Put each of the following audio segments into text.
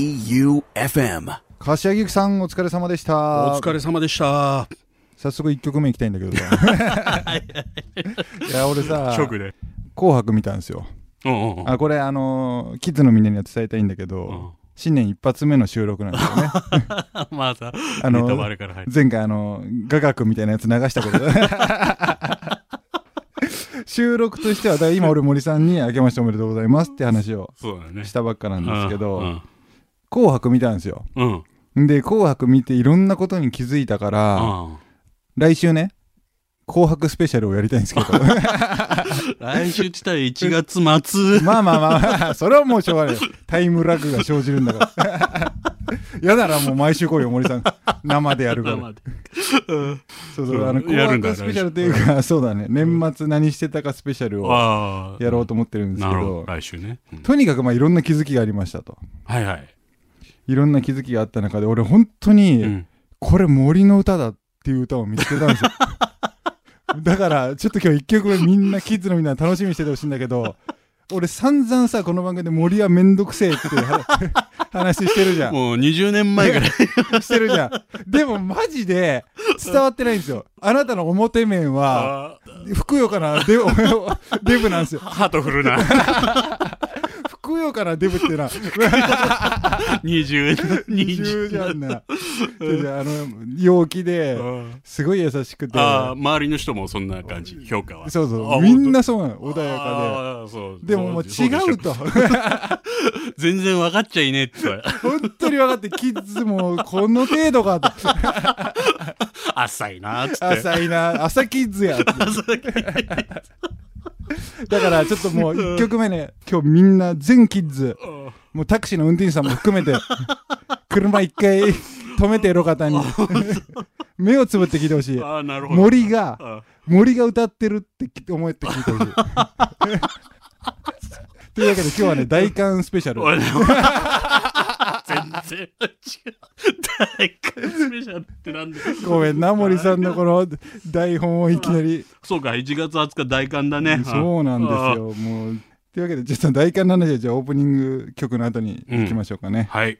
J-O-E-U-F-M 柏木由紀さんお疲れ様でしたお疲れ様でした。早速1曲目いきたいんだけどさ いや俺さショックで。 「紅白」見たんですようんうんうん。あこれあのーキッズのみんなには伝えたいんだけど、うん新年一発目の収録なん ですよねまあさ、あネタバのレから入る。前回あの雅楽みたいなやつ流した こと収録としてはだから今俺森さんに「明けましておめでとうございます」って話をそうだね。したばっかなんですけど「うん。紅白」見たんですようん。うんで「紅白」見ていろんなことに気づいたから、来週ね紅白スペシャルをやりたいんです けど来週自体1月末。まあまあまあまあそれはもうしょうがないよタイムラグが生じるんだから 嫌ならもう毎週来いよ森さん生でやるから生でうん そうそうあのうんや紅るんだ白スペシャルというか そうだね年末何してたかスペシャルをああ。やろうと思ってるんですなけるほど。ど来週ね。うんとにかくまあいろんな気づきがありましたとはいはい。いろんな気づきがあった中で俺本当うにんこれ森の歌だっていう歌を見つけたん ですよだからちょっと今日一曲目みんなキッズのみんな楽しみにしててほしいんだけど俺散々さこの番組で森はめんどくせえっていう話 話してるじゃんもう20年 前から。してるじゃんでもマジで伝わってないんですよあなたの表面はあーふくよかなデブ デブなんですよ。ハートフルな ふくよかなデブってな、 20二重じゃんな。でであの、陽気で、すごい優しくて、ああ周りの人もそんな感じ評価はそうそあう、みんなそうなの、穏やかあーそうで。でももうそでしょ 違うと、全然分かっちゃいねえって 言われ本当に分かって、キッズもこの程度 かと、浅いなーっつって浅いな、朝キッズ やって。だからちょっともう1曲目ね、今日みんな全キッズ、もうタクシーの運転手さんも含めて、車一回止めてエロ方に、目をつぶって聞いてほしい。ああなるほ ど森が、あ森が歌ってるってき思って聞いて ほしい。というわけで今日はね、大観スペシャル。俺全然違う 大会スペシャルってなんだよごめんな、森さんのこの台本をいきなり。そうか1月20日大寒だねそうなんですあよ、もう。というわけで、ちょっと大観の話はじゃあオープニング曲の後に行きましょうかね。あはい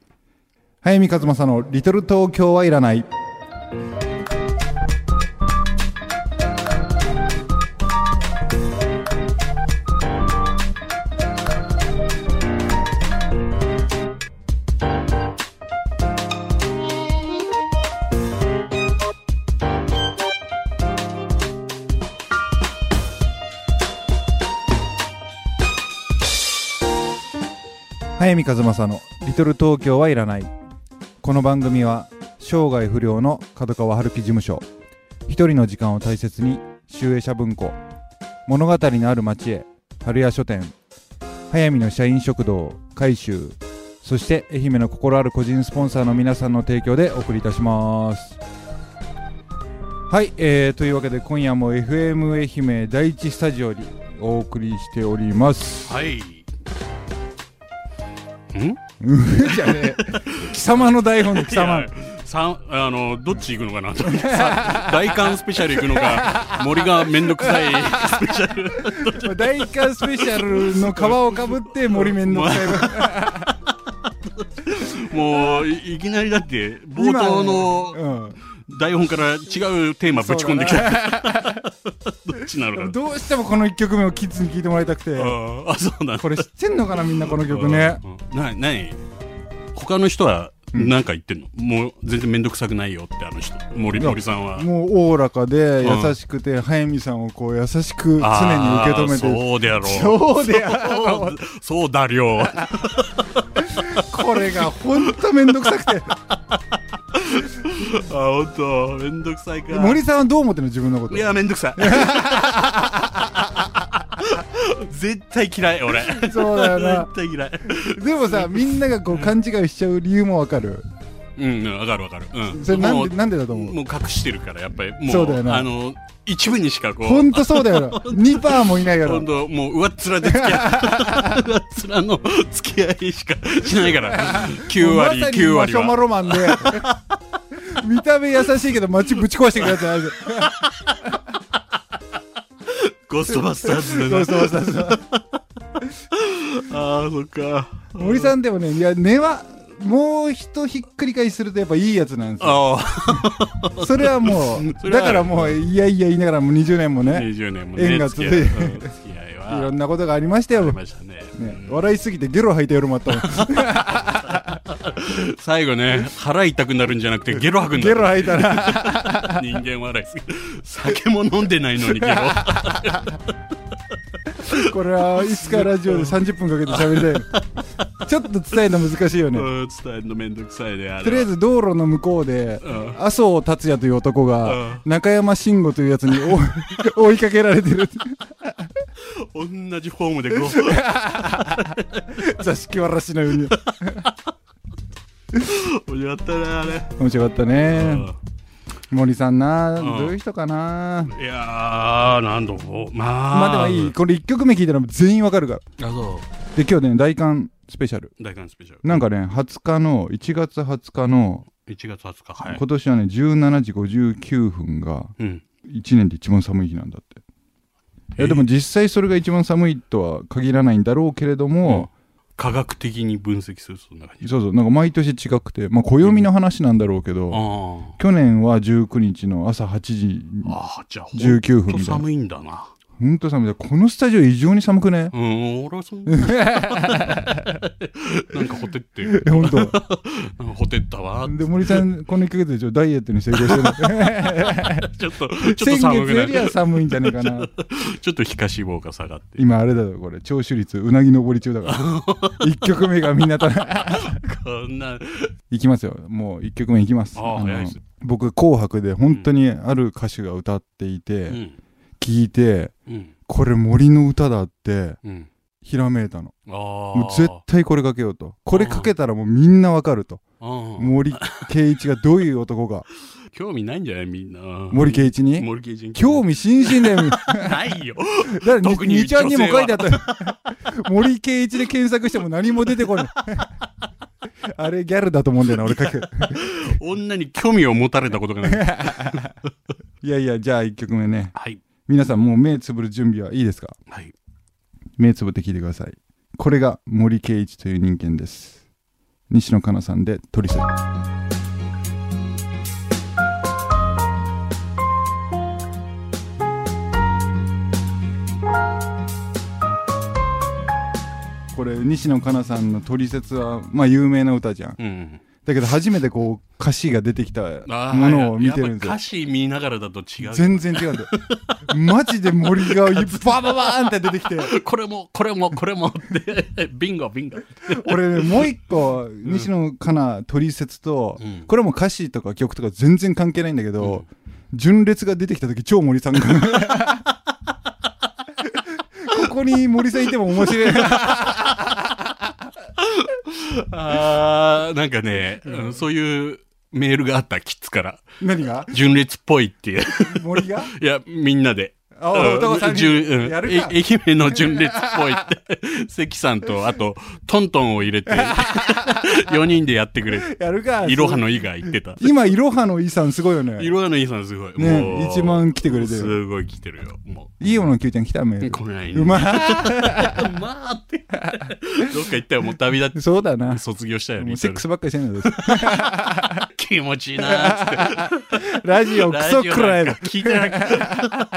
早見和正の「リトル東京はいらない」早見和正の「リトル東京はいらない」この番組は生涯不良の角川春樹事務所一人の時間を大切に集英社文庫物語のある町へ春屋書店早見の社員食堂改修そして愛媛の心ある個人スポンサーの皆さんの提供でお送りいたしますはい、えー、というわけで今夜も FM 愛媛第一スタジオにお送りしておりますはいん じゃねえ 貴様の台本で貴様いやさあのどっち行くのかなと 思ってさ大寒スペシャル行くのか森がめんどくさいスペシャル大寒スペシャルの皮をかぶって森面の使い分もういいきなりだって冒頭のの、台本から違うテーマぶち込んできた どっちなのうかん、などうしてもこの1曲目をキッズに聴いてもらいたくてあーあそうなんだこれ知ってんのかなみんなこの曲ねうん。な、なに他の人は、なんか言ってんの、もう全然めんどくさくないよってあの人。森、いや森さんは。もうおおらかで優しくて早見さんをこう優しく常に受け止めあーてそうであろう。そうであそう そうだりょう。これがほんとめんどくさく てあ、本当めんどくさいか。森さんはどう思ってんの自分のこといや、めんどくさい。 絶対嫌い、俺。絶そうだよ な対嫌い。でもさみんながこう勘違いしちゃう理由もわかるうん、うんわかるわかる。うん。それなもんうでなんでだと思うもう隠してるから、やっぱり、もう、そうだよなあの、一部にしかこう、ほんとそうだ よな2%もいないよ今な度もう上っ面で 付き合い上っ面の付き合いしかしないから9割まさに9マ割シュマはロマンで 見た目優しいけど街ぶち壊してくるやつあるゴーストバスターズど うだなぞどうぞどうぞあーそっか森さんでもねいや根はもうひとひっくり返しするとやっぱいいやつなんですよあそれはもそれうはだからもういやいや言いながらもう20年もあ、ね20年も縁ね、が付続きいて合いうん付き合いいろはんなことがありましたよ、ありね、ましたね。笑いすぎてゲロ吐いてやるもあった もん最後ね、腹痛くなるんじゃなくて、ゲロ吐くんだゲロ吐いたら人間笑いすぎ酒も飲んでない のにゲロ。これはいつかラジオで30分かけて喋りたい ちょっと伝えるの難しいよね、うん伝えるのめんどくさいで、あれは。とりあえず道路の向こうで、うん麻生達也という男うがん、中山慎吾というやつに 追追いかけられてるって同じフォームでゴー座敷わらしのように やったなあれ、面白かったね森さんな、んどういう人かな、いやーなんだろうまあまあでもいいこれ1曲目聞いたら全員わかるからあそで今日ね大韓スペシャルう大韓スペシャルなんかね20日の1月20日の、 1月20日はい今年はね17時59分がうん1年で一番寒い日なんだっていえやでも実際それが一番寒いとは限らないんだろうけれども、科学的に分析するそんな感じそうそうなんか毎年違くてまあ暦の話なんだろうけど、あー去年は19日の朝8時にあーじゃあほん19分みたといな寒いんだなほんと寒いこのスタジオ異常に寒くねうん俺はそん ななんかほてってるえ本当なんかほてったわで森さんこの1ヶ月でちょっとダイエットに成功してる ちょっとちょっと先月寒くなよりはい寒いんじゃねえかなちょっと皮下脂肪が下がって今あれだよこれ聴取率うなぎ登り中だ から1曲目がみん なたこんないきますよもう1曲目いきますあーの早いです僕「紅白」で本当にある歌手が歌っていうてん聞いてうんこれ森の歌だってうんひらめいたのああもう絶対これかけようとこれかけたらもうみんなわかるとうん森圭一がどういう男か興味ないんじゃないみんな森圭一に森系人興味津々だよだかないよら 特ににちゃんにも書いてあった森圭一で検索しても何も出てこない あれギャルだと思うんだよな俺書く女に興味を持たれたこと がないいやいやじゃあ1曲目ねはい皆さんもう目つぶる準備はいいですかはい目つぶって聞いてくださいこれが森圭一という人間です西野カナさんで「トリセ」これ西野カナさんの「トリセツ」はまあ有名な歌じゃんうんだけど初めてこう歌詞が出てきたあーものを見てるやんでっすぱよ歌詞見ながらだと違う全然違うんだよマジで森がバババーンって出てきてこれもこれもこれも ってビンゴビンゴ俺ねもう一個西野カナトリセツと、うんこれも歌詞とか曲とか全然関係ないんだけど、純烈が出てきた時超森さんがここに森さんいても面白いあーなんかね、うんそういうメールがあったキッズから何が純烈っぽいっていう森がいやみんなであうん男さんに純うんやるえか愛媛の純烈っぽいって。 関さん と、あと、トントンを入れて、4人でやってくれる。やるかいろはのイが言ってた。今いろはのイさんすごいよねいろはのイさんすごい。ねもう一番来てくれてるすごい来てるよ。もいいよの Q ちゃん来ためう。来ないうね。ままあって。どっか行ったよ。もう旅立いそうだなって卒業したよもね。うセックスばっかりしてんだよ気持ちいいなーっつって。ラジ オクソくらえラだジオなんか聞いてなく て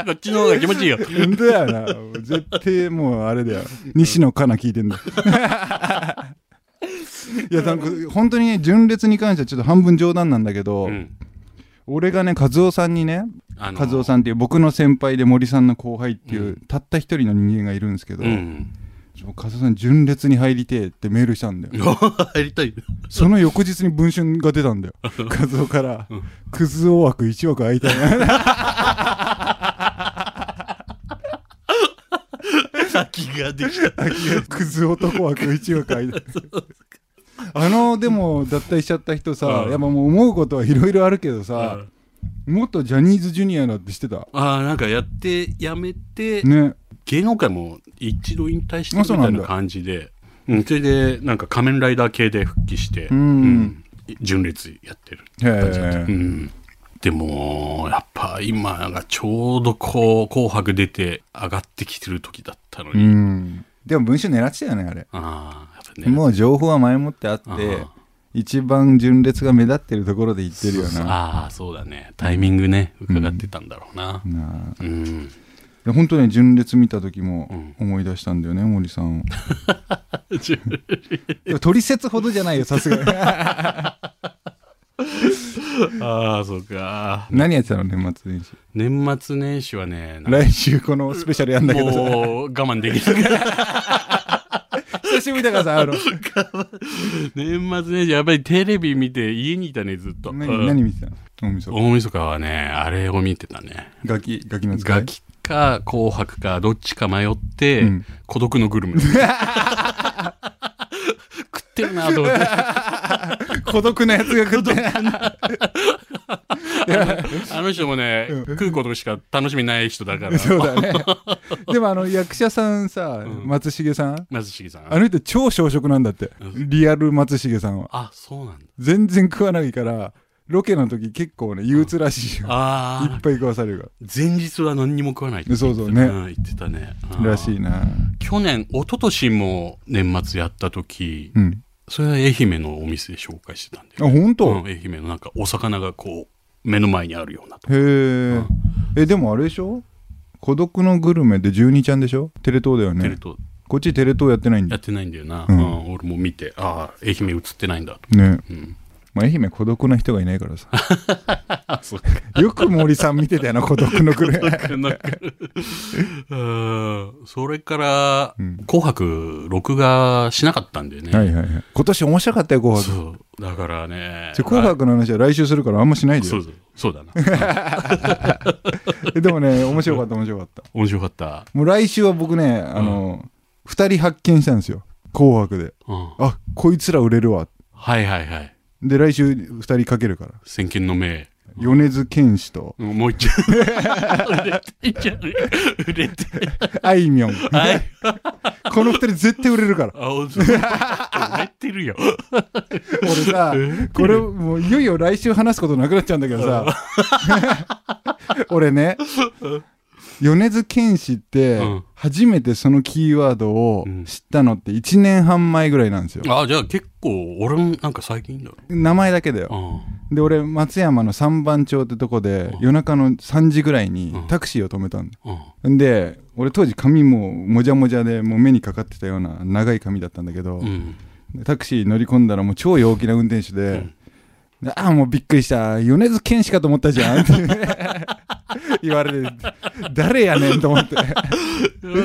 こっちの方が気持ちいいよ。本当やな絶対もうあれだよ西野カナ聞い てんだいやなんか本当にね純烈に関してはちょっと半分冗談なんだけど、うん。俺がね和夫さんにねあの和夫さんっていう僕の先輩で森さんの後輩っていう、うたった一人の人間がいるんですけど、 うん。 ちょ和夫さん純烈に入りてえってメールしたんだよ入りたい。その翌日に文春が出たんだよ和夫から、クズ王枠1枠空いたね先ができた。 クズ男枠1枠空いたあのでも脱退しちゃった人さ、うんやっぱもう思うことはいろいろあるけどさ、うんもっとジャニーズジュニアだってしてたああ、なんかやって、やめて、ね芸能界も一度引退してあみそうなたいんだな感じで、うん、それで、なんか仮面ライダー系で復帰して、うんうん純烈やってる。へうえん。でも、やっぱ今がちょうどこう、紅白出て上がってきてる時だったのうに、んでも文春狙ってたよねあれああ、やっぱそれね。もう情報は前もってあってあー一番純烈が目立ってるところで言ってるよそうそうなああ、そうだね。タイミングね、伺ってたんだろうな。なあうん。いや本当ね純烈見た時もうん思い出したんだよね、森さ んをでも取説ほどじゃないよさすがに ああ、そうか。何やってたの年末年始年末年始はね、なんか 来週このスペシャルやんだけどさもう我慢できない。久しぶりだからさあ の年末年始、やっぱりテレビ見て家にいたね、ずっと。う何ん何見てたの大晦日大晦日はね、あれを見てたね。ガキガキの使いガキか紅白かどっちか迷って、うん孤独のグルメ。 食ってるなと思って。孤独なやつが食ってあの人もね、食うことしか楽しみない人だから。そうだ ね。でもあの役者さんさ、ん松重さん、松重さん。あの人超小食なんだって。リアル松重さんは。あ、そうなんだ。全然食わないから、ロケの時結構ね、憂鬱らしいよ。いあっあ、ぱい食わされるか前日は何にも食わないって言ってそうそうねん言ってたね。うんら。らしいな。去年、一昨年も年末やった時、うん。それは愛媛のお店で紹介してたんだあ、よ。本う当ん、愛媛のなんかお魚がこう、目の前にあるようなと。へえ。え、でもあれでしょ孤独のグルメで12ちゃんでしょテレ東だよテレね。東こっちテレ東やってないんやだっ。てないんだよな。ううんん、俺も見て、ああ、愛媛映ってないん だと。ね。うん、まあ、愛媛孤独な人がいないからさ。 あ、そうよく森さん見てたよな、孤独のグルメ。なんか うんそれから、うん紅白、録画しなかったんだよね。 はいはいはい。今年面白かったよ、紅白。そう。だからね。じゃあ紅白の話は来週するからあんましないあでそよう。そうそうだ な。えでもね、面白かった、面白かった。面白かった。もう来週は僕ね、あの、二、人発見したんですよ。紅白で。うん、あ、こいつら売れるわ。はいはいはい。で、来週二人かけるから。先見の明。米津玄師と、もう 一回。売れてんじゃねえ売れて。あい みょん。はい。 この二人絶対売れるから。あ、おず売れてるよ。俺さ、これもういよいよ来週話すことなくなっちゃうんだけどさ。俺ね、米津玄師ってうん、初めてそのキーワードを知ったのって1年半前ぐらいなんですよ。あ、じゃあ結構、俺もなんか最近だろ。名前だけだよ。うで俺松山の三番町ってとこで夜中の3時ぐらいにうんタクシーを止めたんだ、ん。うん。ん、で俺当時髪ももじゃもじゃでもう目にかかってたような長い髪だったんだけど、うん。タクシー乗り込んだらもう超陽気な運転手で「ああもうびっくりした米津玄師かと思ったじ ゃん」って言われて「誰やねん」と思ってよ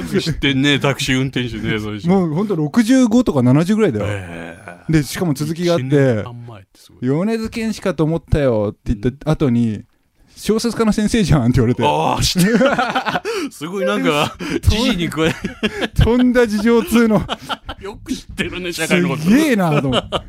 く知ってんね、タクシー運転手ね、それう。もうほんと65とか70ぐらいだよええでしかも続きがあっ一年て半前ってすごい。米津玄師かと思ったよって言った後に小説家の先生じゃんって言われてああ、知ってるすごいなんか、知事に加え、とんだ事情通のよく知ってるね、 社す会のこと。げえなと思って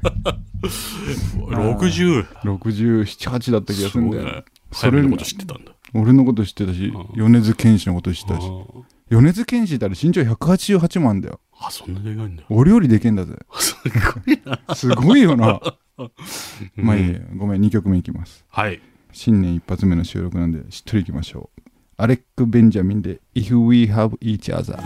60。 678だった気がすするんごだいよ、ね。そそれれのこと知ってたんだ。俺のこと知ってたしうん米津玄師のこと知ってたしあ米津玄師ってあれ身長188万だよあ、そんなでかいんだ。俺よりでけえんだぜすごい。すごいよ なまあいいうんやごめん2曲目いきますはい。新年一発目の収録なんでしっとりいきましょうアレック・ベンジャミンで「If We Have Each Other」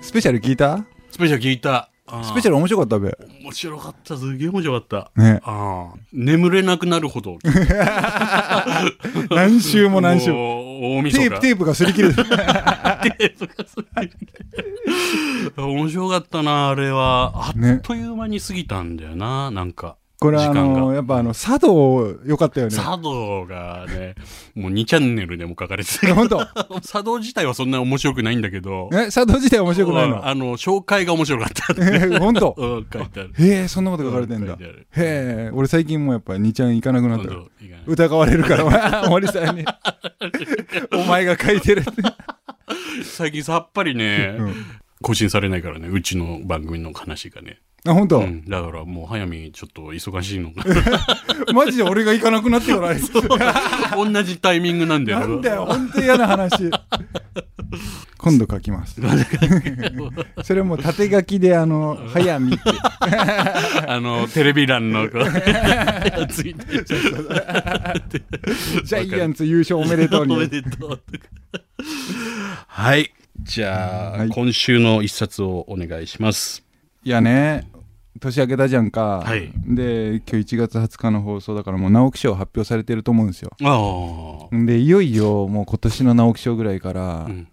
スペシャル聞いたスペシャル聞いた。ああスペシャル面白かったべ面白かった。すげえ面白かった。ね ああ。眠れなくなるほど。何週も何週もも。大テ晦ープ日。テープが擦り切れ て面白かったな、あれは。あねっという間に過ぎたんだよな、なんか。これあ時間のがやっぱあの茶道良かったよね茶道がね、もう2チャンネルでも書かれて 本当た。 茶道自体はそんな面白くないんだけど、え、佐藤自体面白くない のあの、紹介が面白かった。本当うん、書いてある。へえ、そんなこと書かれてんうだ。書いへあるえ、俺最近もうやっぱ2ちゃん行かなくなったよ本当いいかな疑われるから、 森さ んに。お前が書いてるって。最近さっぱりね、うん更新されないからね、うちの番組の話がね。あ、本当、うん、だからもう、早見、ちょっと忙しいのか な。マジで俺が行かなくなって から。同じタイミングなんだよ。な んだよ、本当嫌な話。今度書きます それも縦書きであの「早見」って あの、テレビ欄のこう、ついてる「ジャイアンツ優勝おめでとうに」 おめでとうとかはい。じゃあ、はい今週の一冊をお願いします。いやね年明けたじゃんか、はいで今日1月20日の放送だからもう直木賞発表されてると思うんですよああ。でいよいよもう今年の直木賞ぐらいから、うん。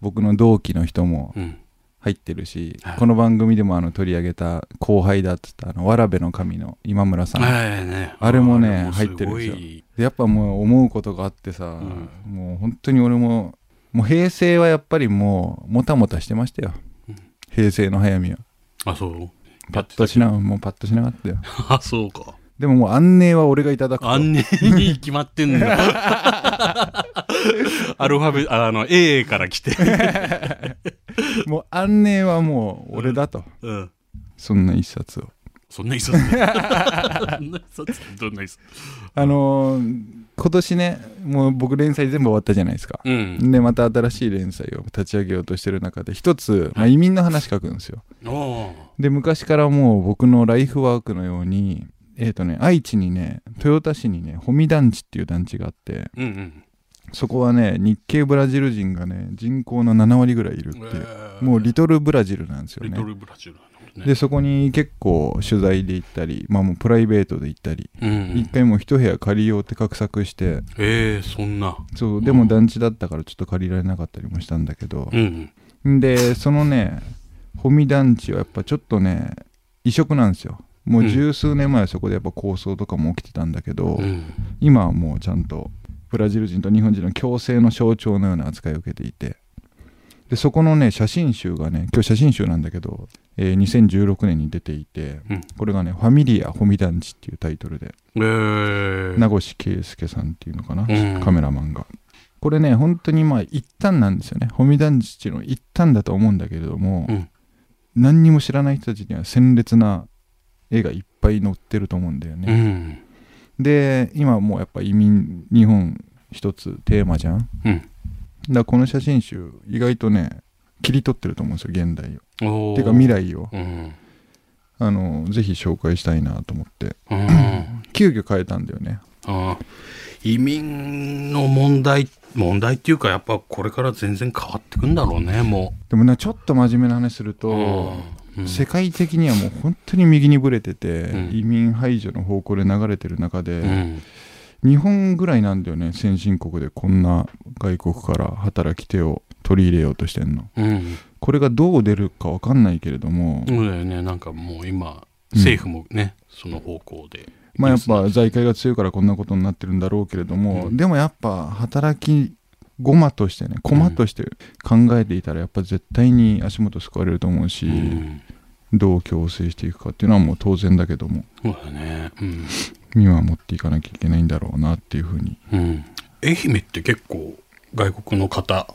僕の同期の人もうん。入ってるし、はいこの番組でもあの取り上げた後輩だっつったあのわらべの神の今村さん、はいね。あれもねあ入ってるんですよすでやっぱもう思うことがあってさ、んもう本当に俺ももう平成はやっぱりもうもたもたしてましたよ、平成の早見はごいあ、そう。パッとしなもうパッとしなかったよあ、そうか。でももう安寧は俺がいただくとあんねに決まって んだ。アルファベあの、A から来て。もう安寧はもう俺だと、うん。そんな一冊をそんな 一冊ねそんな一冊どんな一冊あのー今年ねもう僕連載全部終わったじゃないですか、うん。でまた新しい連載を立ち上げようとしてる中で一つ、まあ、移民の話書くんですよおーで昔からもう僕のライフワークのようにえっ、とね愛知にね豊田市にね保見団地っていう団地があってうんうん。そこはね日系ブラジル人がね人口の7割ぐらいいるっていう、もうリトルブラジルなんですよリねトルブラジルなんだもんねでそこに結構取材で行ったり、まあ、もうプライベートで行ったり、うん一回もう一部屋借りようって画策してええそんな。そうでも団地だったからちょっと借りられなかったりもしたんだけど、うん。でそのね保見団地はやっぱちょっとね異色なんですよもう十数年前はそこでやっぱ抗争とかも起きてたんだけど、うん。今はもうちゃんとブラジル人と日本人の共生の象徴のような扱いを受けていてでそこのね写真集がね今日写真集なんだけど、えー2016年に出ていて、うんこれがね「ファミリア・ホミダンチ」っていうタイトルでえー名越圭介さんっていうのかな、うんカメラマンがこれね本当にまあ一端なんですよねホミダンチの一端だと思うんだけれども、うん何にも知らない人たちには鮮烈な絵がいっぱい載ってると思うんだよね、うん。で今もうやっぱ移民日本一つテーマじゃん、うんだからこの写真集意外とね切り取ってると思うんですよ現代をおーてか未。来をうん。あのぜひ紹介したいなと思ってうん。急遽変えたんだよねあー移民の問題、問題っていうか、やっぱこれから全然変わってくんだろうね、もでもなちょっと真面目な話するう。と、うん世界的にはもう本当に右にぶれてて、うん移民排除の方向で流れてる中うで、ん。日本ぐらいなんだよね先進国でこんな外国から働き手を取り入れようとしてんのうん。これがどう出るか分かんないけれども、そうだよね、なんかもう今、政府もね、その方向で。まあやっぱ財界が強いからこんなことになってるんだろうけれども、うんでもやっぱ働きゴマとしてね駒として考えていたらやっぱ絶対に足元救われると思うし、うん。どう共生していくかっていうのはもう当然だけどもそうだね。うん。見守っていかなきゃいけないんだろうなっていうふうにうん。愛媛って結構、外国の方、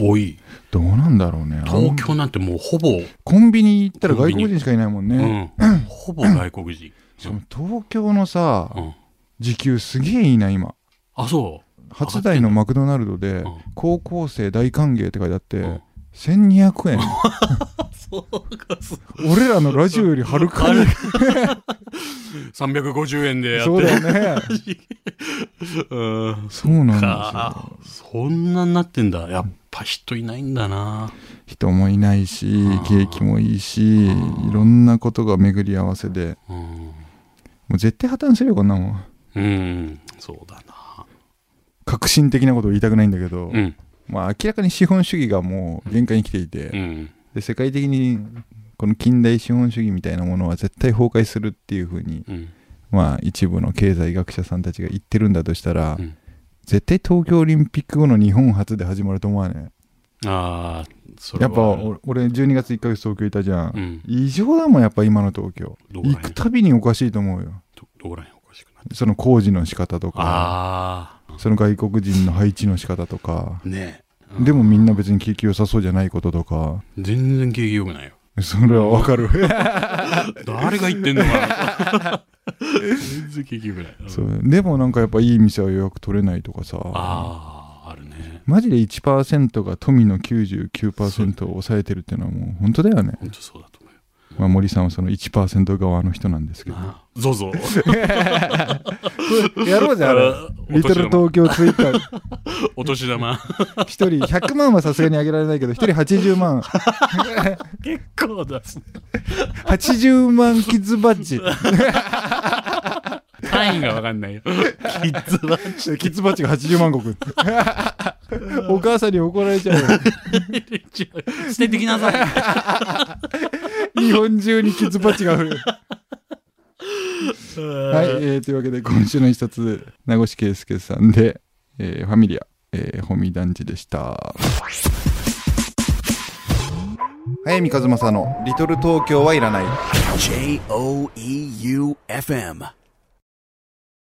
多い。どうなんだろうねあの東京なんてもうほぼ、コンビニ行ったらコン外ビニ国人しかいないもんね、うん、ほぼ外国人。その東京のさうん、時給すげえいいな今あ、そ初代のマクドナルドう。でうん高校生大歓迎って書いてあって、うん1200円 そうか、そう俺らのラジオよりはるかに350円でやってそうだよねうん。そうなんですか、そんなになってんだ。やっぱ人いないんだな。よ人もいないしあ景ー気もいいしいろんなことが巡り合わせでうん。もう絶対破綻するよこんなもんうん、そうだな。革新的なことを言いたくないんだけど、うん。まあ明らかに資本主義がもう限界に来ていて、うん。で世界的にこの近代資本主義みたいなものは絶対崩壊するっていうふうに、うん。まあ、一部の経済学者さんたちが言ってるんだとしたら、うん絶対東京オリンピック後の日本初で始まると思わねああ、それやはっぱお俺12月1ヶ月東京いたじゃん、うん。異常だもんやっぱ今の東京どこ行らへくん、たびにおかしいと思うよどどこらへんおかしくなって。その工事の仕方とかああ、その外国人の配置の仕方とかねえ。うんでもみんな別に景気良さそうじゃないこととか全然景気良くないよ。 それはわかる 誰が言ってんのかな全然聞きぐらい。そうでもなんかやっぱいい店は予約取れないとかさああ、あるね。マジで1%が富の99%を抑えてるっていうのはもう本当だよね。本当そうだと思うよまあ、森さんはその1%側の人なんですけど。なあ。ゾゾ。 やろうぜ、あれ。リトル東京ツイッター、お年玉。一人100万はさすがにあげられないけど、一人80万、 結構出すね。 80万キッズバッジ。単位がわかんないよ。 キッズは。キッズバッジが80万石。 お母さんに怒られちゃうよ。捨ててきなさい。 日本中にキッズバッジがあ る。はい、えーというわけで今週の一冊名越圭介さんで、えーファミリア、えー、ホミ団地でした早見和正の「リトル東京はいらない」 J O E U F M.